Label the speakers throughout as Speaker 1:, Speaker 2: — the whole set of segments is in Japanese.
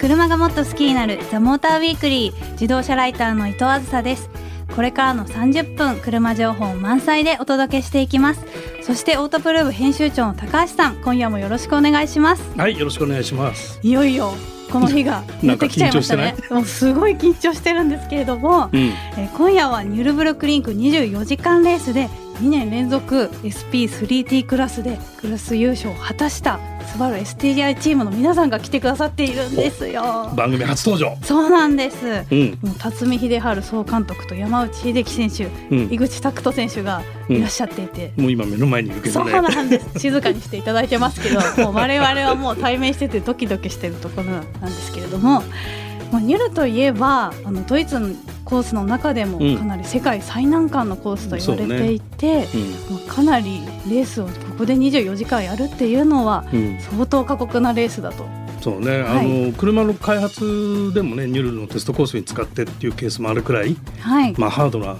Speaker 1: 車がもっと好きになるザモーターウィークリー自動車ライターの伊藤あずさですこれからの30分車情報満載でお届けしていきますそしてオートプルーブ編集長の高橋さん今夜もよろしくお願いします
Speaker 2: はい、よろしくお願いします。
Speaker 1: いよいよこの日がや
Speaker 2: なん
Speaker 1: っ
Speaker 2: か
Speaker 1: てきちゃいましたね
Speaker 2: 緊張
Speaker 1: もうすごい緊張してるんですけれども、
Speaker 2: うん、
Speaker 1: えー今夜はニュルブルクリンク24時間レースで2年連続 SP3T クラスでクラス優勝を果たしたスバル STI チームの皆さんが来てくださっているんですよ。
Speaker 2: 番組初登場。
Speaker 1: そうなんです。
Speaker 2: うん、
Speaker 1: もう辰巳秀治総監督と山内秀樹選手、
Speaker 2: うん
Speaker 1: 井、口拓人選手がいらっしゃっていて、
Speaker 2: もう今目の前にいるけ
Speaker 1: そ
Speaker 2: ど
Speaker 1: う
Speaker 2: ね。
Speaker 1: なんです 静かにしていただいてますけどもう我々はもう対面しててドキドキしてるところなんですけれども、まあ、ニュルといえばあのドイツのコースの中でも
Speaker 2: うん
Speaker 1: かなり世界最難関のコースと言われていて、
Speaker 2: うん、
Speaker 1: まあかなりレースをここで24時間やるっていうのは
Speaker 2: うん、
Speaker 1: 相当過酷なレースだと。
Speaker 2: そうね、あの、車の開発でもね、ニュルのテストコースに使ってっていうケースもあるくらい、
Speaker 1: はい、
Speaker 2: まあハードな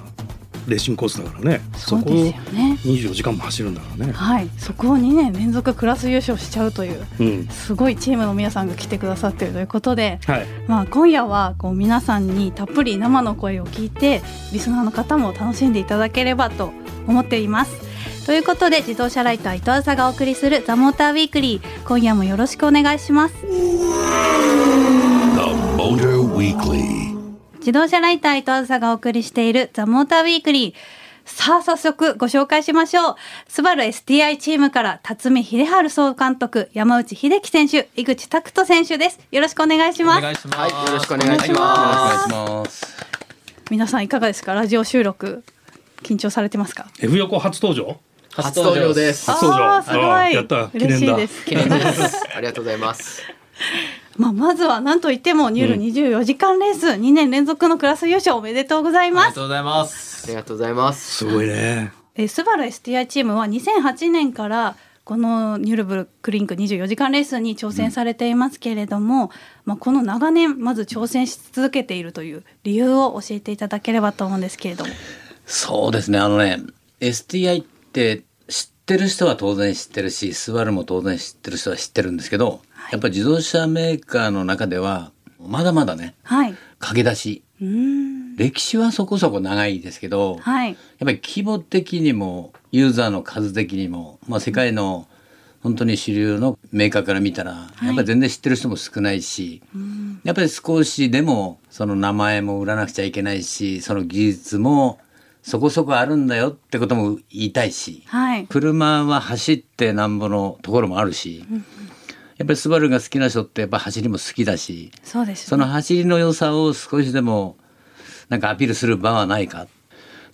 Speaker 2: レーシングコースだからね。そ
Speaker 1: そう
Speaker 2: こ
Speaker 1: です
Speaker 2: を
Speaker 1: よね
Speaker 2: 24時間も走るんだからね。
Speaker 1: はい、そこを2年連続クラス優勝しちゃうという
Speaker 2: うん、
Speaker 1: すごいチームの皆さんが来てくださっているということで、
Speaker 2: はい、
Speaker 1: まあ、今夜はこう皆さんにたっぷり生の声を聞いてリスナーの方も楽しんでいただければと思っています。ということで自動車ライター伊藤浅がお送りする「ザ・モーター・ウィークリー」今夜もよろしくお願いします。
Speaker 3: The Motor Weekly.
Speaker 1: 自動車ライター伊藤あずさがお送りしているザ・モーターウィークリー。さあ、早速ご紹介しましょう。スバル STI チームから、辰巳秀治総監督、山内秀樹選手、井口拓人選手です。よろしくお願いします。
Speaker 4: いします。
Speaker 5: はい、よろしくお願いしま
Speaker 4: お願いします。
Speaker 1: 皆さんいかがですかラジオ収録、緊張されてますか
Speaker 2: F 横初登場。
Speaker 5: す。初登場で。す。
Speaker 2: 初登場
Speaker 1: あーすごい。
Speaker 2: あーやった記
Speaker 1: 嬉
Speaker 2: 念
Speaker 1: し
Speaker 2: だ
Speaker 1: いです。
Speaker 5: 記念です。ありがとうございます。
Speaker 1: まあ、まずは何といっても、ニュール24時間レース、2年連続のクラス優勝おめでとうござい
Speaker 4: あり
Speaker 1: ま
Speaker 4: が
Speaker 1: す。
Speaker 4: とうございま
Speaker 5: あ
Speaker 4: す。
Speaker 5: りがとうございます。
Speaker 2: すごいね。
Speaker 1: えースバル STI チームは2008年からこのニュルブルクリンク24時間レースに挑戦されていますけれども、まあ、この長年まず挑戦し続けているという理由を教えていただければと思うんですけれども
Speaker 4: そうですね。あのね、STI って知ってる人は当然知ってるし、スバルも当然知ってる人は知ってるんですけど、やっぱり自動車メーカーの中ではまだまだね、
Speaker 1: はい。う
Speaker 4: 駆け出し、
Speaker 1: ーん
Speaker 4: 歴史はそこそこ長いですけど、
Speaker 1: はい
Speaker 4: やっぱり規模的にもユーザーの数的にも、まあ、世界の本当に主流のメーカーから見たら、
Speaker 1: い
Speaker 4: やっぱり全然知ってる人も少ないし、やっぱり少しでもその名前も売らなくちゃいけないしその技術もそこそこあるんだよってことも言いたいし、
Speaker 1: はい
Speaker 4: 車は走ってなんぼのところもあるし、やっぱりスバルが好きな人ってやっぱ走りも好きだし、
Speaker 1: そうです
Speaker 4: そ
Speaker 1: よ
Speaker 4: の
Speaker 1: ね
Speaker 4: 走りの良さを少しでもなんかアピールする場はないか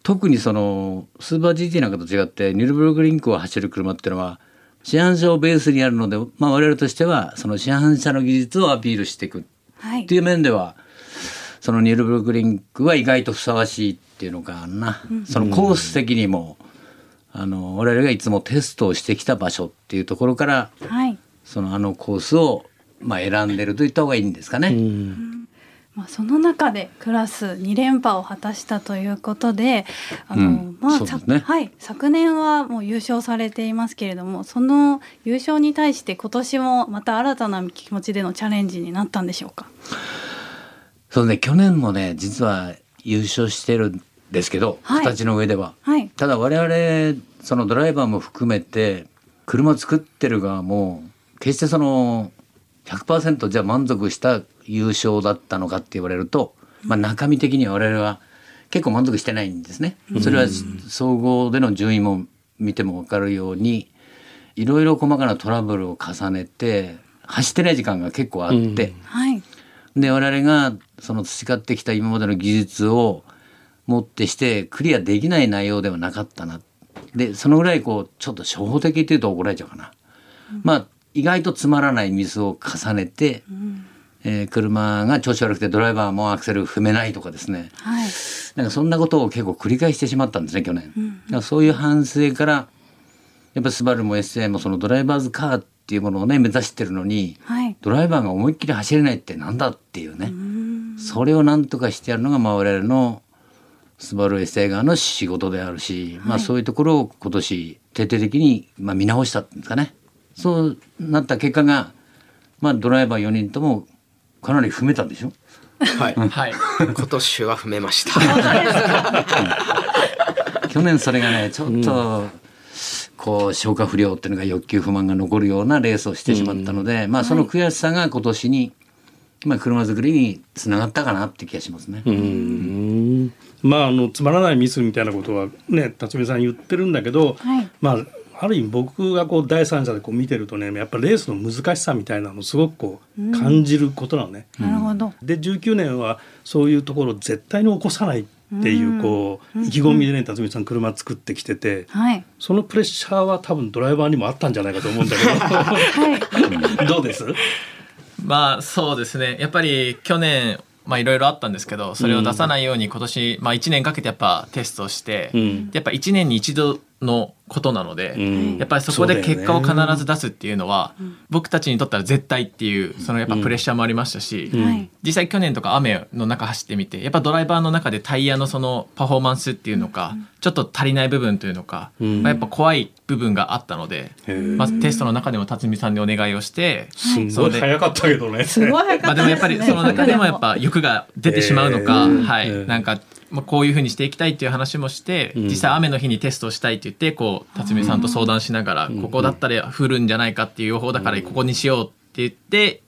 Speaker 4: 特にそのスーパー GT なんかと違ってニュルブルクリンクを走る車っていうのは市販車をベースにあるので、まあ、我々としてはその市販車の技術をアピールしていくっ
Speaker 1: はい
Speaker 4: ていう面ではそのニュルブルクリンクは意外とふさわしいっていうのかな、そのコース的にもあの我々がいつもテストをしてきた場所っていうところから
Speaker 1: はい
Speaker 4: そのあのコースをまあ選んでると言った方がいいんですかね。
Speaker 2: うん、
Speaker 1: まあ、その中でクラス2連覇を果たしたということであの、
Speaker 4: うん
Speaker 1: まあ
Speaker 4: そうで
Speaker 1: さ
Speaker 4: すね
Speaker 1: はい、昨年はもう優勝されていますけれどもその優勝に対して今年もまた新たな気持ちでのチャレンジになったんでしょうか。
Speaker 4: そうね去年もね実は優勝してるんですけど、
Speaker 1: はい
Speaker 4: 形の上では
Speaker 1: はい、
Speaker 4: ただ我々そのドライバーも含めて車作ってる側も決してその100%じゃあ満足した優勝だったのかって言われると、まあ、中身的には我々は結構満足してないんですね。それは総合での順位も見ても分かるようにいろいろ細かなトラブルを重ねて走ってない時間が結構あって。
Speaker 1: はい、
Speaker 4: で我々がその培ってきた今までの技術をもってしてクリアできない内容ではなかったなでそのぐらいこうちょっと初歩的っていうと怒られちゃうかな、まあ意外とつまらないミスを重ねて、えー車が調子悪くてドライバーもアクセル踏めないとかですね
Speaker 1: はい、
Speaker 4: なんかそんなことを結構繰り返してしまったんですね去年、だからそういう反省からやっぱスバルも SA もそのドライバーズカーっていうものをね目指してるのに、
Speaker 1: はい、
Speaker 4: ドライバーが思いっきり走れないってなんだっていうねそれをなんとかしてやるのがまあ我々のスバルエセ側の仕事であるし、まあそういうところを今年徹底的にまあ見直したんですかねそうなった結果が、まあ、ドライバー4人ともかなり踏めたんで しょ
Speaker 5: はい。
Speaker 6: はい。
Speaker 5: 今年は踏めました。
Speaker 4: 去年それがねちょっと、こう消化不良っていうのが欲求不満が残るようなレースをしてしまったので、まあその悔しさが今年に、まあ、車作りにつながったかなって気がしますね。
Speaker 2: うんまああのつまらないミスみたいなことはね辰巳さん言ってるんだけど、
Speaker 1: はい
Speaker 2: まあある意味僕がこう第三者でこう見てるとねやっぱレースの難しさみたいなのをすごくこう感じることなのね。
Speaker 1: なるほど。
Speaker 2: で19年はそういうところを絶対に起こさないっていう、こう意気込みでね辰巳さん車作ってきてて、
Speaker 1: はい。
Speaker 2: そのプレッシャーは多分ドライバーにもあったんじゃないかと思うんだけ どどうです
Speaker 6: まあそうですね。やっぱり去年、まあいろいろあったんですけど、それを出さないように今年、まあ1年かけてやっぱテストして、
Speaker 2: うん
Speaker 6: やっぱ1年に一度のことなので、
Speaker 2: ん
Speaker 6: やっぱりそこで結果を
Speaker 2: そう
Speaker 6: 必
Speaker 2: だよね
Speaker 6: ず出すっていうのは、僕たちにとったら絶対っていう、そのやっぱプレッシャーもありましたし、
Speaker 1: はい。
Speaker 6: 実際去年とか雨の中走ってみてやっぱドライバーの中でタイヤのそのパフォーマンスっていうのか、ちょっと足りない部分というのか、
Speaker 2: ん
Speaker 6: まあ、やっぱ怖い部分があったので、
Speaker 2: へえ
Speaker 6: まあ、テストの中でも辰巳さんにお願いをして、
Speaker 2: すんごい早かったけどね。
Speaker 1: すごい早か
Speaker 6: まあ、
Speaker 1: った
Speaker 6: でもやっぱりその中 でもやっ
Speaker 1: ぱ。
Speaker 6: ぱ欲が出てしまうのか、
Speaker 2: えー
Speaker 6: はい、
Speaker 2: えー
Speaker 6: なんか、まあ、こういうふうにしていきたいっていう話もして、
Speaker 2: ん
Speaker 6: 実際雨の日にテストをしたいって言ってこう辰巳さんと相談しながら、ここだったら降るんじゃないかっていう予報だからここにしようって言って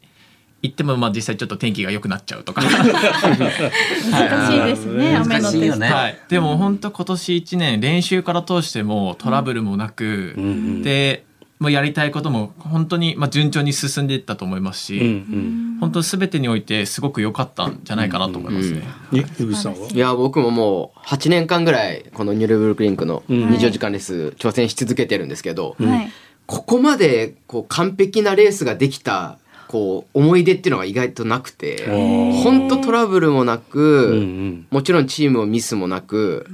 Speaker 6: 行ってもまあ実際ちょっと天気が良くなっちゃう とか。
Speaker 1: 難しいですね。
Speaker 4: はい
Speaker 1: 雨のテ
Speaker 4: 難しいよ
Speaker 1: スト。
Speaker 4: ね
Speaker 6: はい、でも本当今年1年練習から通してもトラブルもなく、でもうやりたいことも本当にまあ順調に進んでいったと思いますし、本当全てにおいてすごく良かったんじゃないかなと思いますね。
Speaker 2: え井口さんはい
Speaker 5: や、僕ももう8年間ぐらい、このニュルブルクリンクの24時間レース挑戦し続けてるんですけど、
Speaker 1: はい。
Speaker 5: ここまでこう完璧なレースができた、こう思い出っていうのが意外となくて、本当トラブルもなく、もちろんチームをミスもなく、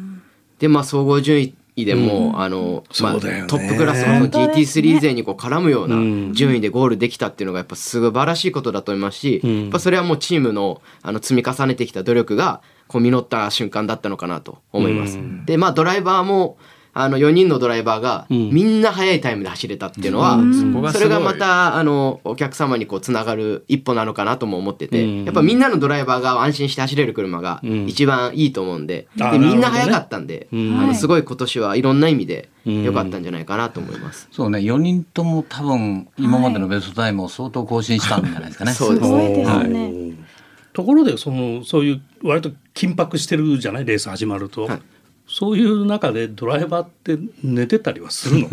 Speaker 5: で、まあ総合順位でも、あの、まあ
Speaker 2: そうだよね
Speaker 5: トップクラスの
Speaker 1: 本当ですね
Speaker 5: GT3 勢にこう絡むよう
Speaker 2: うん
Speaker 5: な順位でゴールできたっていうのがやっぱ素晴らしいことだと思いますし、
Speaker 2: ん
Speaker 5: やっぱそれはもうチームのあの積み重ねてきた努力がこう実った瞬間だったのかなと思います。でまあドライバーもあの4人のドライバーが
Speaker 2: ん
Speaker 5: みんな速いタイムで走れたっていうのは、
Speaker 6: そこが
Speaker 5: そ
Speaker 6: す
Speaker 5: れ
Speaker 6: ご
Speaker 5: がま
Speaker 6: い
Speaker 5: たあのお客様にこうつながる一歩なのかなとも思ってて、
Speaker 2: うん
Speaker 5: やっぱみんなのドライバーが安心して走れる車が
Speaker 2: ん
Speaker 5: 一番いいと思うんで,、
Speaker 2: あな
Speaker 5: で
Speaker 2: るほどね
Speaker 5: みんな速かったんで、
Speaker 2: うん
Speaker 5: あ
Speaker 1: は
Speaker 5: の
Speaker 1: い
Speaker 5: すごい今年はいろんな意味で良かったんじゃないかなと思います。
Speaker 4: そうね4人とも多分今までのベストタイムを相当更新したんじゃないですかね。
Speaker 5: そうです
Speaker 1: ごいですね
Speaker 2: はいところでそのそういう割と緊迫してるじゃないレース始まると、
Speaker 5: はい
Speaker 2: そういう中でドライバーって寝てたりはす るの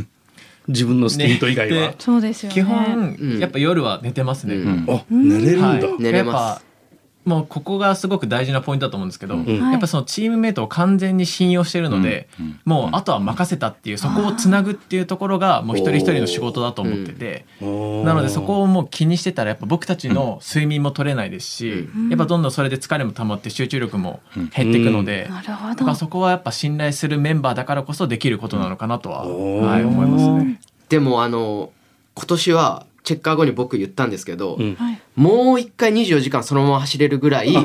Speaker 2: 自分のスティント以外は
Speaker 6: ね。
Speaker 1: そうですよね。
Speaker 6: 基本、
Speaker 5: ん
Speaker 6: やっぱ夜は寝てますね。
Speaker 5: うん
Speaker 2: あ寝れるんだ。
Speaker 6: はい、
Speaker 5: 寝れます
Speaker 6: やっぱもうここがすごく大事なポイントだと思うんですけど、
Speaker 1: はい
Speaker 6: やっぱそのチームメイトを完全に信用してるので、もうあとは任せたっていうそこをつなぐっていうところがもう一人一人の仕事だと思ってて、
Speaker 2: おー
Speaker 6: なのでそこをもう気にしてたらやっぱ僕たちの睡眠も取れないですし、やっぱどんどんそれで疲れも溜まって集中力も減っていくので、
Speaker 1: なるほ
Speaker 6: だから
Speaker 1: ど。
Speaker 6: そこはやっぱ信頼するメンバーだからこそできることなのかなとは、
Speaker 2: うん
Speaker 6: はい、
Speaker 2: おー
Speaker 6: 思いますね。
Speaker 5: でもあの今年はチェッカー後に僕言ったんですけど、
Speaker 2: ん
Speaker 1: はい。
Speaker 5: もう一回24時間そのまま走れる ぐらい
Speaker 1: え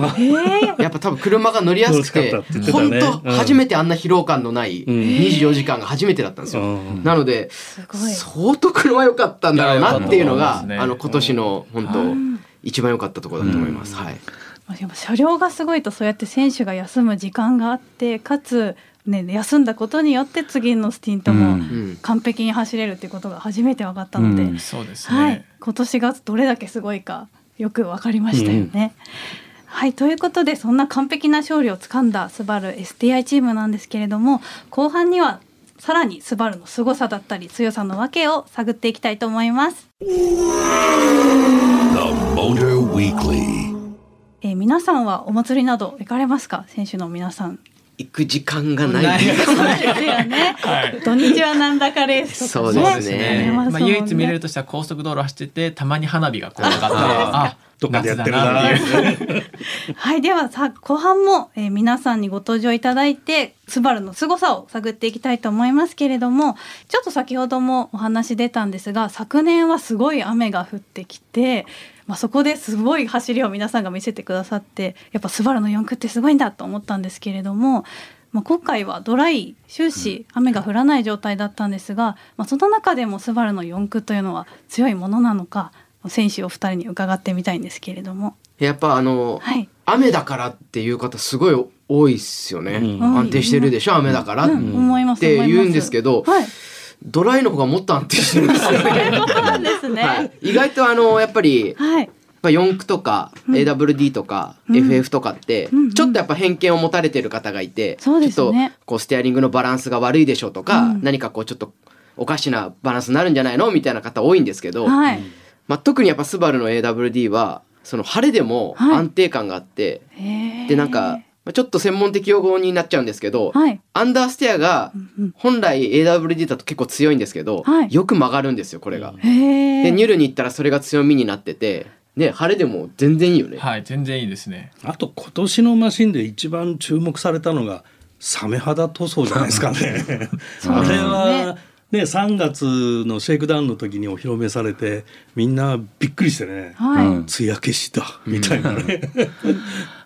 Speaker 1: え。
Speaker 5: やっぱ多分車が乗りやすく
Speaker 2: 乗りや
Speaker 5: て
Speaker 2: すかったって言ってた
Speaker 5: 本
Speaker 2: ね
Speaker 5: 当
Speaker 2: うん
Speaker 5: 初めてあんな疲労感のない24時間が初めてだったんですよ。
Speaker 2: うん
Speaker 5: なのです
Speaker 1: ごい。
Speaker 5: 相当車良かったんだろうなっていうの
Speaker 6: いや良かっ
Speaker 5: が
Speaker 6: たと思いますね
Speaker 5: あの今年の本当一番良かったところだと思います。はい。
Speaker 1: でも車両がすごいとそうやって選手が休む時間があってかつ、ね、休んだことによって次のスティント
Speaker 4: う
Speaker 1: も
Speaker 4: ん
Speaker 5: うん
Speaker 1: 完璧に走れるってことが初めて分かったので、
Speaker 4: うん
Speaker 6: そうですね、
Speaker 1: はい、今年がどれだけすごいかよく分かりましたよね。はいということでそんな完璧な勝利をつかんだスバル STI チームなんですけれども後半にはさらにスバルの凄さだったり強さの訳を探っていきたいと思います。
Speaker 3: Motor Weekly.
Speaker 1: えー皆さんはお祭りなど行かれますか選手の皆さ ん。
Speaker 5: 行く時間がない。
Speaker 1: そうですよね。土日はなんだかレースとかね。
Speaker 5: そうです
Speaker 6: で
Speaker 5: ね
Speaker 6: すね。
Speaker 1: あります
Speaker 6: まあ、
Speaker 1: もんね
Speaker 6: 唯一見れるとしたら高速道路走っててたまに花火がこう上がってあ
Speaker 2: とかでやってる
Speaker 6: 夏だ
Speaker 2: な
Speaker 6: なっていう
Speaker 1: はい、ではさあ後半も、えー皆さんにご登場いただいてスバルの凄さを探っていきたいと思いますけれども、ちょっと先ほどもお話出たんですが、昨年はすごい雨が降ってきて。まあ、そこですごい走りを皆さんが見せてくださってやっぱスバルの4区ってすごいんだと思ったんですけれども、まあ、今回はドライ終始雨が降らない状態だったんですが、まあ、その中でもスバルの4区というのは強いものなのか選手お二人に伺ってみたいんですけれども。
Speaker 5: やっぱあの、
Speaker 1: はい
Speaker 5: 雨だからっていう方すごい多いっすよね、
Speaker 2: うん
Speaker 5: 安定してるでしょ雨だからっ
Speaker 1: うん思います
Speaker 5: て
Speaker 1: 思います
Speaker 5: 言うんですけど、
Speaker 1: はい。
Speaker 5: ドライの方がもっと安定してるんですよね、
Speaker 1: そうなんですね。
Speaker 5: はい、意外とあのやっぱり
Speaker 1: はい。
Speaker 5: まあ四駆とか AWD とか FF とかって
Speaker 1: うんうん
Speaker 5: ちょっとやっぱ偏見を持たれてる方がいてち
Speaker 1: そう
Speaker 5: ょ
Speaker 1: で
Speaker 5: っ
Speaker 1: す
Speaker 5: と
Speaker 1: ね
Speaker 5: こうステアリングのバランスが悪いでしょうと
Speaker 1: う
Speaker 5: か
Speaker 1: ん
Speaker 5: 何かこうちょっとおかしなバランスになるんじゃないのみたいな方多いんですけど
Speaker 1: はい。
Speaker 5: まあ特にやっぱスバルの AWD はその晴れでも
Speaker 1: はい
Speaker 5: 安定感があって
Speaker 1: へー
Speaker 5: でなんかまあちょっと専門的用語になっちゃうんですけど
Speaker 1: はい。
Speaker 5: アンダーステアが
Speaker 1: うん
Speaker 5: 本来 AWD だと結構強いんですけど
Speaker 1: はい
Speaker 5: よく曲がるんですよこれが。
Speaker 1: へえ。
Speaker 5: でニュルに行ったらそれが強みになってて、ね、晴れでも全然いいよね。
Speaker 6: はい全然いいですね
Speaker 2: あと今年のマシンで一番注目されたのがサメ肌塗装じゃないですかね。あれはね3月のシェイクダウンの時にお披露目されてみんなびっくりしてね。
Speaker 1: はい。
Speaker 4: うん
Speaker 2: 艶消しだみたいなね。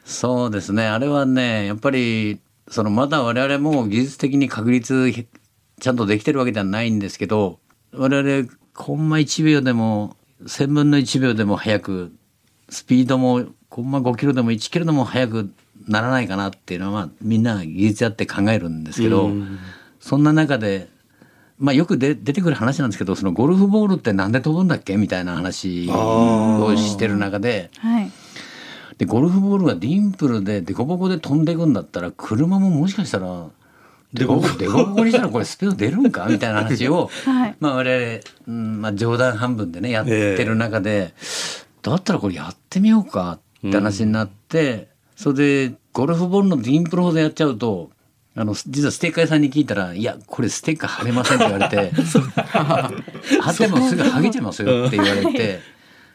Speaker 4: そうですねあれはねやっぱりそのまだ我々も技術的に確立ちゃんとできてるわけではないんですけど我々コンマ1秒でも1,000分の1秒でも速くスピードもコンマ5キロでも1キロでも速くならないかなっていうのは、まあ、みんな技術やって考えるんですけど、
Speaker 2: うん
Speaker 4: そんな中で、まあ、よくで出てくる話なんですけどそのゴルフボールってなんで飛ぶんだっけみたいな話をしてる中で。
Speaker 1: はい。
Speaker 4: でゴルフボールがディンプルでデコボコで飛んでいくんだったら車ももしかしたらデコボコデコボコにしたらこれスピード出るんかみたいな話を、
Speaker 1: はい
Speaker 4: まあ我々、うんまあ、冗談半分でねやってる中で、だったらこれやってみようかって話になって、それでゴルフボールのディンプルほどやっちゃうと。あの実はステッカー屋さんに聞いたら「いやこれステッカー貼れません」って言われて「貼ってもすぐ剥げちゃいますよ」って言われて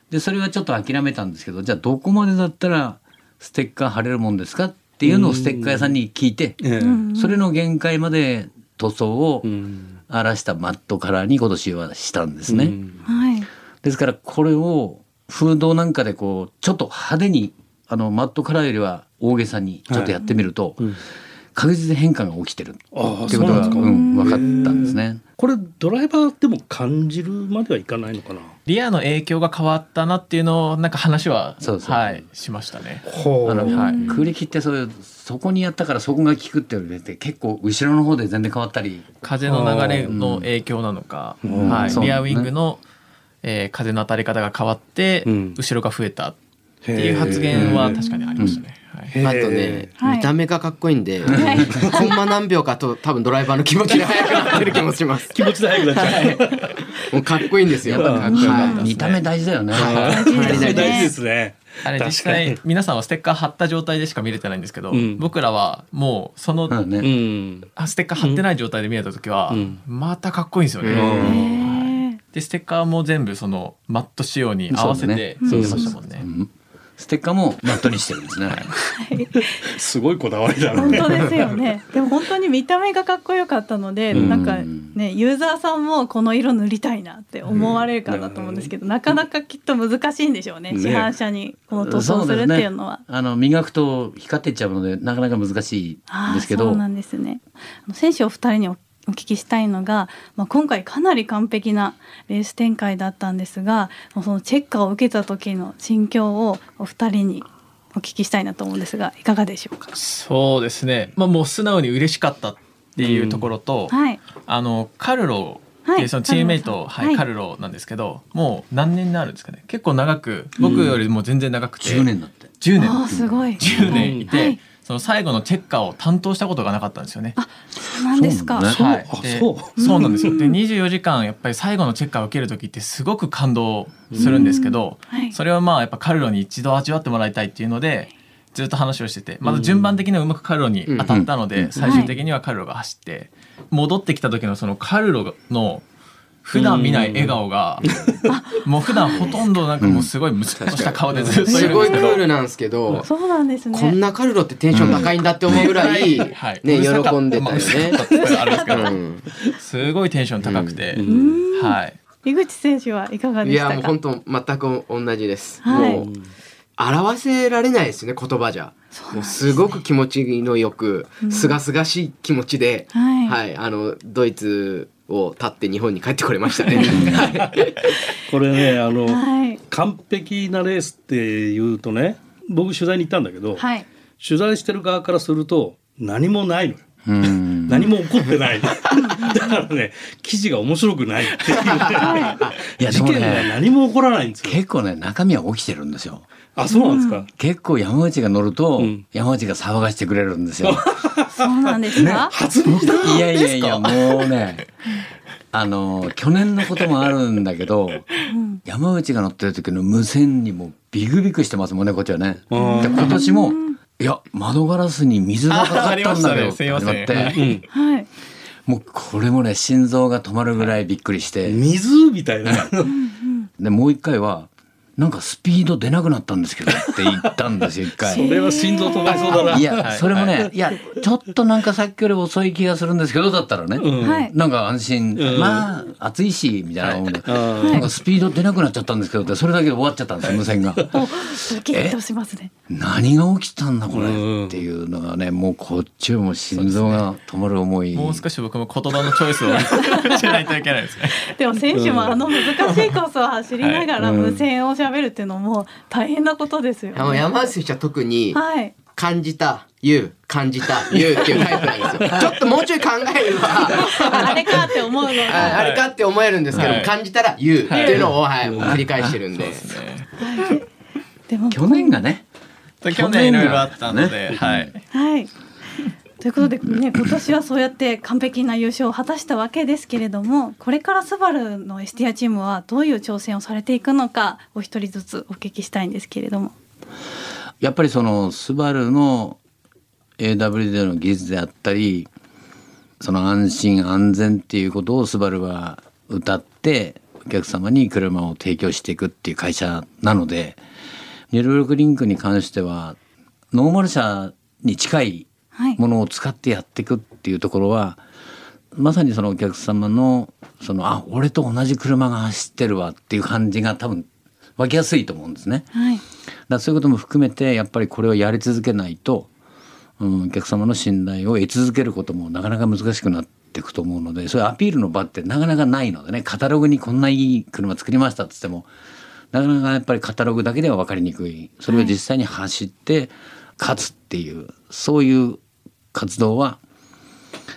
Speaker 4: でそれはちょっと諦めたんですけどじゃあどこまでだったらステッカー貼れるもんですかっていうのをステッカー屋さんに聞いて
Speaker 2: ええ
Speaker 4: それの限界まで塗装を
Speaker 2: うん
Speaker 4: 荒らしたマットカラーに今年はしたんですね。
Speaker 1: はい。
Speaker 4: ですからこれを風洞なんかでこうちょっと派手にあのマットカラーよりは大げさにちょっとやってみると、確実に変化が起きてるっていう
Speaker 2: ああ
Speaker 4: ことが
Speaker 2: そうなんですか
Speaker 4: うん、分かったんですね。
Speaker 2: これドライバーでも感じるまではいかないのかな。
Speaker 6: リアの影響が変わったなっていうのをなんか話は
Speaker 4: そうそう
Speaker 6: はいしましたね
Speaker 2: ほ
Speaker 4: あの、
Speaker 6: はい
Speaker 4: 空力ってそういうそこにやったからそこが効くって言われて結構後ろの方で全然変わったり
Speaker 6: 風の流れの影響なのか、
Speaker 4: ん
Speaker 6: は
Speaker 4: そう
Speaker 6: い、
Speaker 4: ね
Speaker 6: リアウィングの、えー風の当たり方が変わって、
Speaker 2: うん
Speaker 6: 後ろが増えたっていう発言は確かにありましたね。はい
Speaker 5: あとね、
Speaker 1: はい
Speaker 5: 見た目がかっこいいんで、コンマ何秒かと多分ドライバーの気持ちが速くなってる気もします。
Speaker 2: 気持ちで早くなっちゃう。
Speaker 5: もうかっこいいんです
Speaker 4: や
Speaker 5: よ。
Speaker 4: っぱ
Speaker 5: か
Speaker 4: か
Speaker 5: っ
Speaker 4: っ
Speaker 5: こ
Speaker 4: こ
Speaker 5: よ
Speaker 4: よ
Speaker 5: か
Speaker 4: か
Speaker 5: っ
Speaker 4: ったたですね見た目
Speaker 5: です
Speaker 4: 大事だよね。
Speaker 1: 大事です
Speaker 2: 大
Speaker 1: ね。
Speaker 2: 事ですね。
Speaker 6: あれ実際皆さんはステッカー貼った状態でしか見れてないんですけど、
Speaker 2: ん
Speaker 6: 僕らはもうその、
Speaker 4: うんね
Speaker 2: うん。
Speaker 6: あステッカー貼ってない状態で見えた時は、
Speaker 2: ん
Speaker 6: またかっこいいんですよね。
Speaker 1: へー
Speaker 6: でステッカーも全部そのマット仕様に合わせて
Speaker 4: そう
Speaker 6: 出
Speaker 4: だね
Speaker 6: ましたもんね。
Speaker 4: うんステッカーもマットにしてるんですね。
Speaker 2: すごいこだわりだ
Speaker 1: 本
Speaker 2: ね。
Speaker 1: 当ですよね。でも本当に見た目がかっこよかったので、
Speaker 2: うん
Speaker 1: なんかねユーザーさんもこの色塗りたいなって思われるかなと思うんですけど、なかなかきっと難しいんでしょうね。
Speaker 2: ね
Speaker 1: 市販車にこの塗装するっていうのは
Speaker 4: そ。ですねあの磨くと光ってっちゃうのでなかなか難しい
Speaker 1: あ
Speaker 4: ん
Speaker 1: あ
Speaker 4: ですけど
Speaker 1: そうなんですね。あの選手お二人におお聞きしたいのが、まあ、今回かなり完璧なレース展開だったんですがもうそのチェッカーを受けた時の心境をお二人にお聞きしたいなと思うんですがいかがでしょうか
Speaker 6: そうですね、まあ、もう素直に嬉しかったっていうところと、
Speaker 1: はい
Speaker 6: あのカルロっ
Speaker 1: は
Speaker 6: て
Speaker 1: い
Speaker 6: いうそのチームメイト、
Speaker 1: カルロさん
Speaker 6: はい
Speaker 1: はい
Speaker 6: カルロなんですけどもう何年になるんですかね結構長く僕よりも全然長くて、
Speaker 4: 10年だって。
Speaker 6: 10
Speaker 1: ああ
Speaker 6: 年
Speaker 1: すごい
Speaker 6: 10年いて、
Speaker 1: はい
Speaker 6: その最後のチェッカーを担当したことがなかったんですよね。
Speaker 1: そうなんですか
Speaker 4: そうなんだね
Speaker 6: は
Speaker 2: あ
Speaker 6: い、で
Speaker 2: そう
Speaker 6: そうなんですよで24時間やっぱり最後のチェッカーを受ける時ってすごく感動するんですけど、
Speaker 1: うんはい
Speaker 6: それはまあやっぱカルロに一度味わってもらいたいっていうのでずっと話をしててまず順番的にはうまくカルロに当たったので、最終的にはカルロが走って、戻ってきた時のそのカルロの普段見ない笑顔が、もう普段ほとんどなんかもうすごいムスッとした顔でずっとい
Speaker 5: す
Speaker 6: るんで
Speaker 5: ごい
Speaker 6: す
Speaker 5: ク
Speaker 6: けど
Speaker 5: ー。ルなんですけど、
Speaker 1: そうなんですね
Speaker 5: こんなカルロってテンション高いんだって思うぐらい、ね、
Speaker 6: はい
Speaker 5: 喜んでたよ
Speaker 6: まあうるさかったっていうのはあるんですけど
Speaker 5: ね。
Speaker 6: すごいテンション高くて、
Speaker 1: ん
Speaker 6: はい。
Speaker 1: 井口選手はいかが
Speaker 5: うん、
Speaker 1: で
Speaker 5: い
Speaker 1: した
Speaker 5: や
Speaker 1: か
Speaker 5: もう本当全く同じです。
Speaker 1: はい
Speaker 5: もう表せられないですよね言葉じゃ。もうすごく気持ちのよく、すがすがしい気持ちで、
Speaker 1: はい
Speaker 5: はい、あのドイツを経って日本に帰ってこれましたね。はい
Speaker 2: これねあの、
Speaker 1: はい
Speaker 2: 完璧なレースっていうとね僕取材に行ったんだけど、
Speaker 1: はい
Speaker 2: 取材してる側からすると何もないのよ。
Speaker 4: うん
Speaker 2: 何も起こってない。だからね、記事が面白くないっていうね、
Speaker 4: いやで
Speaker 2: 事
Speaker 4: も
Speaker 2: 件が
Speaker 4: ね
Speaker 2: 何も起こらないんですよ。
Speaker 4: 結構ね中身は起きてるんですよ
Speaker 2: あ、そうなんですか。
Speaker 4: 結構山内が乗ると、
Speaker 2: うん
Speaker 4: 山内が騒がしてくれるんです よ
Speaker 1: そうなんですか。
Speaker 2: 初耳だ。
Speaker 4: いやいやいやもうねあの去年のこともあるんだけど
Speaker 1: うん
Speaker 4: 山内が乗ってる時の無線にもビクビクしてますもんねこっちはね。
Speaker 2: う
Speaker 4: で
Speaker 2: ん
Speaker 4: 今年もいや窓ガラスに水がかかったんだけど
Speaker 6: あありましたねすいません
Speaker 4: ってなっ
Speaker 2: う
Speaker 4: て
Speaker 2: ん
Speaker 1: はい。
Speaker 4: もうこれもね心臓が止まるぐらいびっくりして
Speaker 2: 水みたいな。
Speaker 4: でもう一回はなんかスピード出なくなったんですけどって言ったんですよ一
Speaker 2: そ
Speaker 4: 回。
Speaker 2: れは心臓止まりそうだな。
Speaker 4: い
Speaker 6: は
Speaker 4: や
Speaker 6: い
Speaker 4: それも
Speaker 6: は
Speaker 4: ねいやちょっとなんかさっきより遅い気がするんですけどだったらね
Speaker 2: うん
Speaker 1: はい
Speaker 4: なんか安心
Speaker 2: うん
Speaker 4: まあ暑いしみたいな思うんで
Speaker 2: あ
Speaker 4: なんかスピード出なくなっちゃったんですけどってそれだけで終わっちゃったんですよ無線が。
Speaker 1: お、ドキッとしますね。
Speaker 4: 何が起きたんだこ
Speaker 2: うん
Speaker 4: れっていうのがねもうこっちも心臓が止まる思い、
Speaker 6: もう少し僕も言葉のチョイスをしないといけない ですね。
Speaker 1: でも選手もあの難しいコースを走りながら
Speaker 4: はいうん
Speaker 1: 無線を喋るっていうのも大変なことですよ
Speaker 5: あの
Speaker 1: ね。
Speaker 5: 山内選手は特に
Speaker 1: はい。
Speaker 5: 感じた、言う、感じた、言うっていうタイプなんですよ。ちょっともうちょい考えれば、
Speaker 1: あれかって思うのが。
Speaker 5: ああれかって思えるんですけど、
Speaker 6: はい
Speaker 5: 感じたら言うっていうのを、はい、もう繰り返してるんで。
Speaker 1: でも
Speaker 4: 去年がね
Speaker 6: 去年いろいろあったので、はい。
Speaker 1: はい。ということでね、今年はそうやって完璧な優勝を果たしたわけですけれども、これからスバルのエスティアチームはどういう挑戦をされていくのか、お一人ずつお聞きしたいんですけれども。
Speaker 4: やっぱりそのスバルの AWD の技術であったりその安心安全っていうことをスバルは歌ってお客様に車を提供していくっていう会社なのでニュルブルクリンクに関してはノーマル車に近い
Speaker 1: はい。
Speaker 4: ものを使ってやっていくっていうところはまさにそのお客様のそのあ俺と同じ車が走ってるわっていう感じが多分湧きやすいと思うんですね。
Speaker 1: はい。
Speaker 4: だからそういうことも含めてやっぱりこれをやり続けないと、うん、お客様の信頼を得続けることもなかなか難しくなっていくと思うのでそういうアピールの場ってなかなかないのでねカタログにこんないい車作りましたっつってもなかなかやっぱりカタログだけでは分かりにくいそれを実際に走って勝つっていう、そういう活動は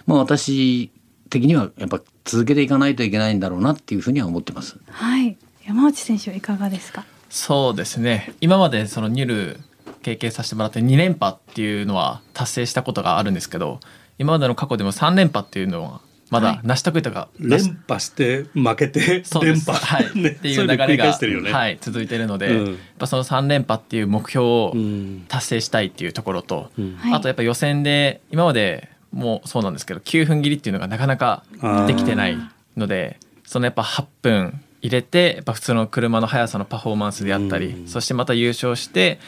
Speaker 4: まあ私的にはやっぱ続けていかないといけないんだろうなっていうふうには思ってます。
Speaker 1: はい。山内選手はいかがですか。
Speaker 6: そうですね今までそのニュル経験させてもらって2連覇っていうのは達成したことがあるんですけど今までの過去でも3連覇っていうのはまだ成し遂げたが、なし
Speaker 2: 連覇して負けて
Speaker 6: そうで
Speaker 2: 連
Speaker 6: す
Speaker 2: 覇、
Speaker 6: はい、
Speaker 2: ね
Speaker 6: っていう
Speaker 2: そ
Speaker 6: 流
Speaker 2: の繰
Speaker 6: れ
Speaker 2: り返
Speaker 6: が、
Speaker 2: してるよね。
Speaker 6: はい、続いてるので、
Speaker 2: うん
Speaker 6: やっぱその3連覇っていう目標を
Speaker 2: うん
Speaker 6: 達成したいっていうところと、
Speaker 1: はい。
Speaker 6: あとやっぱ予選で今までもそうなんですけど9分切りっていうのがなかなかできてないのでそのやっぱ8分入れてやっぱ普通の車の速さのパフォーマンスであったり、
Speaker 2: うん
Speaker 6: そしてまた優勝して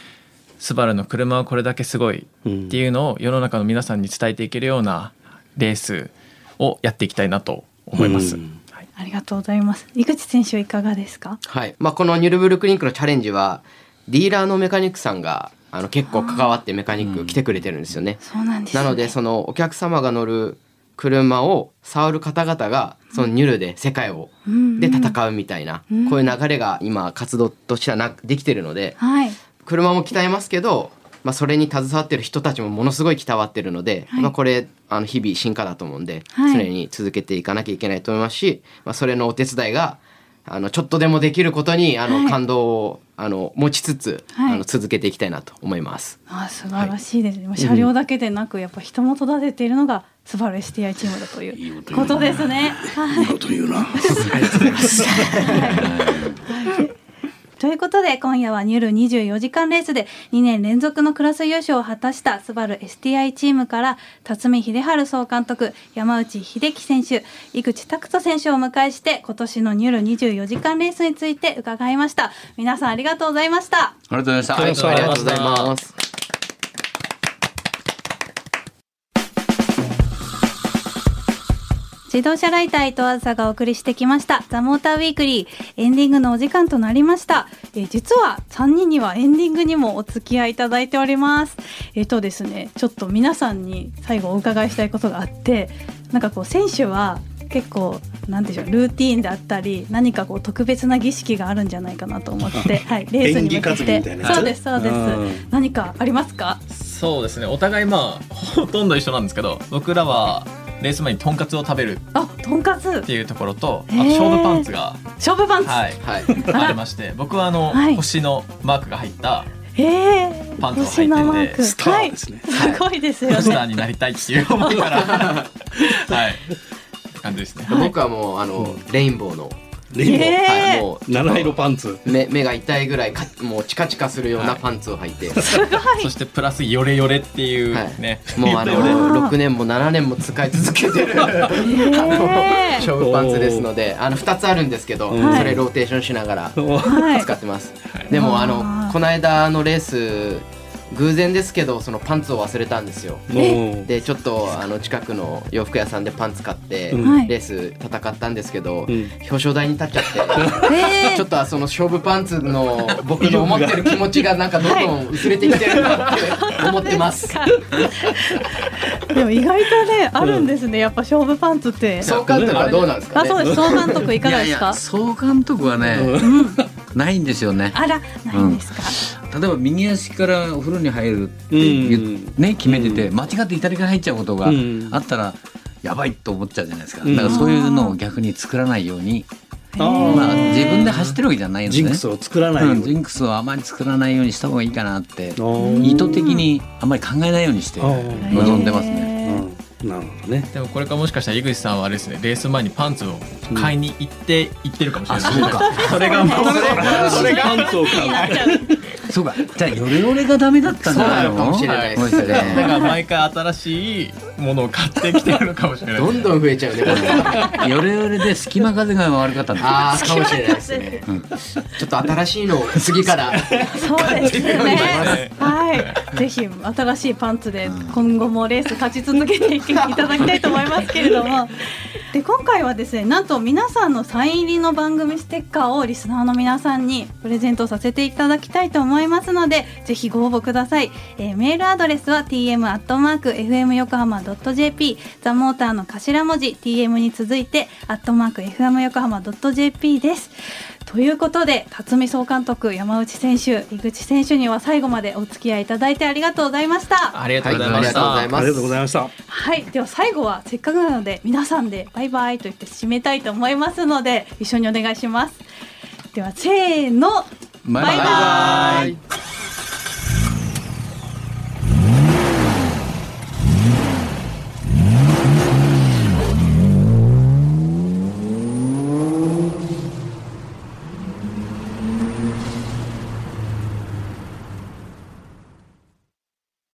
Speaker 6: スバルの車はこれだけすごいっていうのを世の中の皆さんに伝えていけるようなレースをやっていきたいなと思います。
Speaker 2: うん
Speaker 6: はい
Speaker 1: ありがとうございます。井口選手はいかがですか。
Speaker 5: はい。まあ、このニュルブルクリンクのチャレンジは、ディーラーのメカニックさんが、あの、結構関わってメカニック来てくれてるんですよね。
Speaker 1: そうなんです、ね。
Speaker 5: なのでそのお客様が乗る車を触る方々がそのニュルで世界を
Speaker 1: うん
Speaker 5: で戦うみたいな
Speaker 1: うん
Speaker 5: こういう流れが今活動としてはなできてるので
Speaker 1: はい。
Speaker 5: 車も鍛えますけど、まあ、それに携わってる人たちもものすごい鍛わってるので、
Speaker 1: はい
Speaker 5: まあ、これあの日々進化だと思うんで、
Speaker 1: はい
Speaker 5: 常に続けていかなきゃいけないと思いますし、まあ、それのお手伝いがあのちょっとでもできることに
Speaker 1: は
Speaker 5: あ
Speaker 1: い
Speaker 5: の感動を、あの持ちつつ、
Speaker 1: はい
Speaker 5: あの続けていきたいなと思います。
Speaker 1: あ、素晴らしいですね。もう車両だけでなく、やっぱ人も育てているのが。スバル STI チームだということですね。はい。
Speaker 2: というな。
Speaker 1: ということで今夜はニュル24時間レースで2年連続のクラス優勝を果たしたスバル STI チームから辰巳秀治総監督山内秀樹選手井口拓人選手をお迎えして今年のニュル24時間レースについて伺いました皆さんありがとうございました
Speaker 4: ありがとうございました。
Speaker 5: はい、ありがとうございます。
Speaker 1: 自動車ライター伊藤あずさがお送りしてきました「ザ・モーターウィークリーエンディングのお時間となりました、えー実は3人にはエンディングにもお付き合いいただいておりますえっ、とですねちょっと皆さんに最後お伺いしたいことがあってなんかこう選手は結構なんでしょうルーティーンであったり何かこう特別な儀式があるんじゃないかなと 思って、はい、レースに向け
Speaker 2: 演技担ぎみた
Speaker 1: て
Speaker 2: いなやつ
Speaker 1: そうですそうです
Speaker 2: うん
Speaker 1: 何かありますか
Speaker 6: そうですねお互いまあほとんど一緒なんですけど僕らはレース前にとんかつを食べるっ
Speaker 1: あとんかつ
Speaker 6: ていうところとあ
Speaker 1: へー
Speaker 6: と勝負パンツが、
Speaker 1: 勝負パンツ、
Speaker 6: はい、
Speaker 5: はい。
Speaker 6: ありまして僕はあの、
Speaker 1: はい
Speaker 6: 星のマークが入った
Speaker 1: ええ
Speaker 6: パンツを履いてて
Speaker 1: 星のマーク
Speaker 2: スターですね
Speaker 1: はい、すごいですよ
Speaker 6: ポスター
Speaker 1: ね
Speaker 6: になりたいっていう思 いからはいって感じですね
Speaker 5: 僕はもうあのレインボーの、
Speaker 2: レインボー
Speaker 1: えー
Speaker 5: はい、もう
Speaker 2: 七色パンツ
Speaker 5: 目目が痛いぐらいかもうチカチカするようなパンツを履いて、
Speaker 6: そしてプラスヨレヨレっていう
Speaker 5: はい
Speaker 6: ね、
Speaker 5: もうあ
Speaker 1: いいよね
Speaker 5: の6年も7年も使い続けてる
Speaker 1: ええ
Speaker 5: 勝負パンツですのであの2つあるんですけど、
Speaker 2: うん
Speaker 5: それローテーションしなが
Speaker 1: は
Speaker 5: ら
Speaker 1: い
Speaker 5: 使ってます、でもあ
Speaker 1: あー
Speaker 5: のこの間のレース偶然ですけどそのパンツを忘れたんですよ
Speaker 2: もう
Speaker 5: でちょっとあの近くの洋服屋さんでパンツ買って、
Speaker 2: うん
Speaker 1: はい
Speaker 5: レース戦ったんですけど、
Speaker 2: うん
Speaker 5: 表彰台に立っちゃって。
Speaker 1: ええ
Speaker 5: ちょっとその勝負パンツの僕の思ってる気持ちがなんかどんどん薄れてきてるなって思ってます。
Speaker 1: でも意外とねあるんですねやっぱ勝負パンツって
Speaker 5: 相関とかどうなんですか
Speaker 1: あ
Speaker 5: ね
Speaker 1: そう。です総監督いかがですか
Speaker 4: 総監督はね、ないんですよね。
Speaker 1: あらないんですか、
Speaker 4: 例えば右足からお風呂に入るって
Speaker 2: う
Speaker 4: 言
Speaker 2: ん
Speaker 4: うね決めてて、間違って左から入っちゃうことが
Speaker 2: うん
Speaker 4: あったらやばいと思っちゃうじゃないですか。
Speaker 2: ん
Speaker 4: だからそういうのを逆に作らないように、
Speaker 2: あー
Speaker 4: まあ自分で走ってるわけじゃないので、
Speaker 2: ジンクスを作らないよ
Speaker 4: う
Speaker 2: うん
Speaker 4: ジ
Speaker 2: に
Speaker 4: ンクスをあまり作らないようにした方がいいかなって
Speaker 2: おー
Speaker 4: 意図的にあまり考えないようにして
Speaker 2: あー
Speaker 4: 臨んでますね。
Speaker 2: うんなるほどね
Speaker 6: でもこれからもしかしたら井口さんはあれですねレース前にパンツを買いに行って行ってるかもしれない、
Speaker 4: そうか
Speaker 6: それがもう
Speaker 2: それパンツを買う
Speaker 4: そうかじゃあヨレヨレがダメだったんじゃないの
Speaker 5: そうなのかもしれないですね
Speaker 4: もしかした
Speaker 6: だ
Speaker 4: ら
Speaker 6: から毎回新しいものを買ってきてるのかもしれない
Speaker 5: どんどん増えちゃうね。これ
Speaker 4: ヨレヨレで隙間風が悪かったんだ
Speaker 5: ああかもしれないです ね。ちょっと新しいのを次から。
Speaker 1: そうですよね
Speaker 6: ね。
Speaker 1: はい、ぜひ新しいパンツで今後もレース勝ち続けていけいただきたいと思いますけれども。で今回はですねなんと皆さんのサイン入りの番組ステッカーをリスナーの皆さんにプレゼントさせていただきたいと思いますのでぜひご応募ください、えーメールアドレスは tm.fmyokohama.jp ザモーターの頭文字 tm に続いて .fmyokohama.jp ですということで辰巳総監督山内選手井口選手には最後までお付き合いいただいてありがとうございました
Speaker 6: ありがとうございました、
Speaker 5: はいあり
Speaker 2: あ
Speaker 5: がとうございます
Speaker 2: りがとうございました
Speaker 1: はいでは最後はせっかくなので皆さんでバイバイと言って締めたいと思いますので一緒にお願いしますではせーの
Speaker 4: バイバイ
Speaker 1: バイバイ